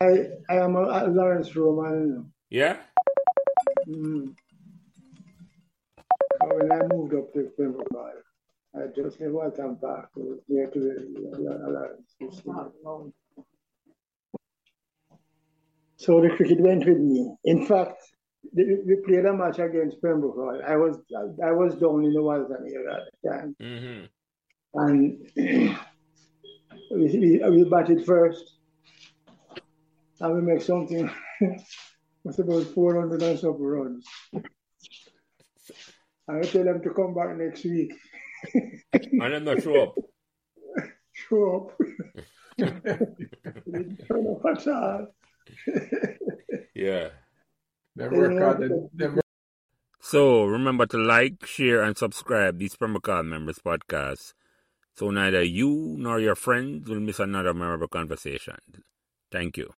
I, I am uh, Lawrence Romanino. Yeah? Mm. So When I moved up to Pembroke, I just live out and back to near to the uh, Lawrence. Museum. So the cricket went with me. In fact, the- we played a match against Pembroke. I was I was down in the Walton area at the time. Mm-hmm. and we, we, we batted first and we make something with about 400 and some runs. And I tell them to come back next week. And then they show up. Show up. They turn up at all. Yeah. They work out the, they work So remember to like, share, and subscribe these Pembroke Members podcasts so neither you nor your friends will miss another memorable conversation. Thank you.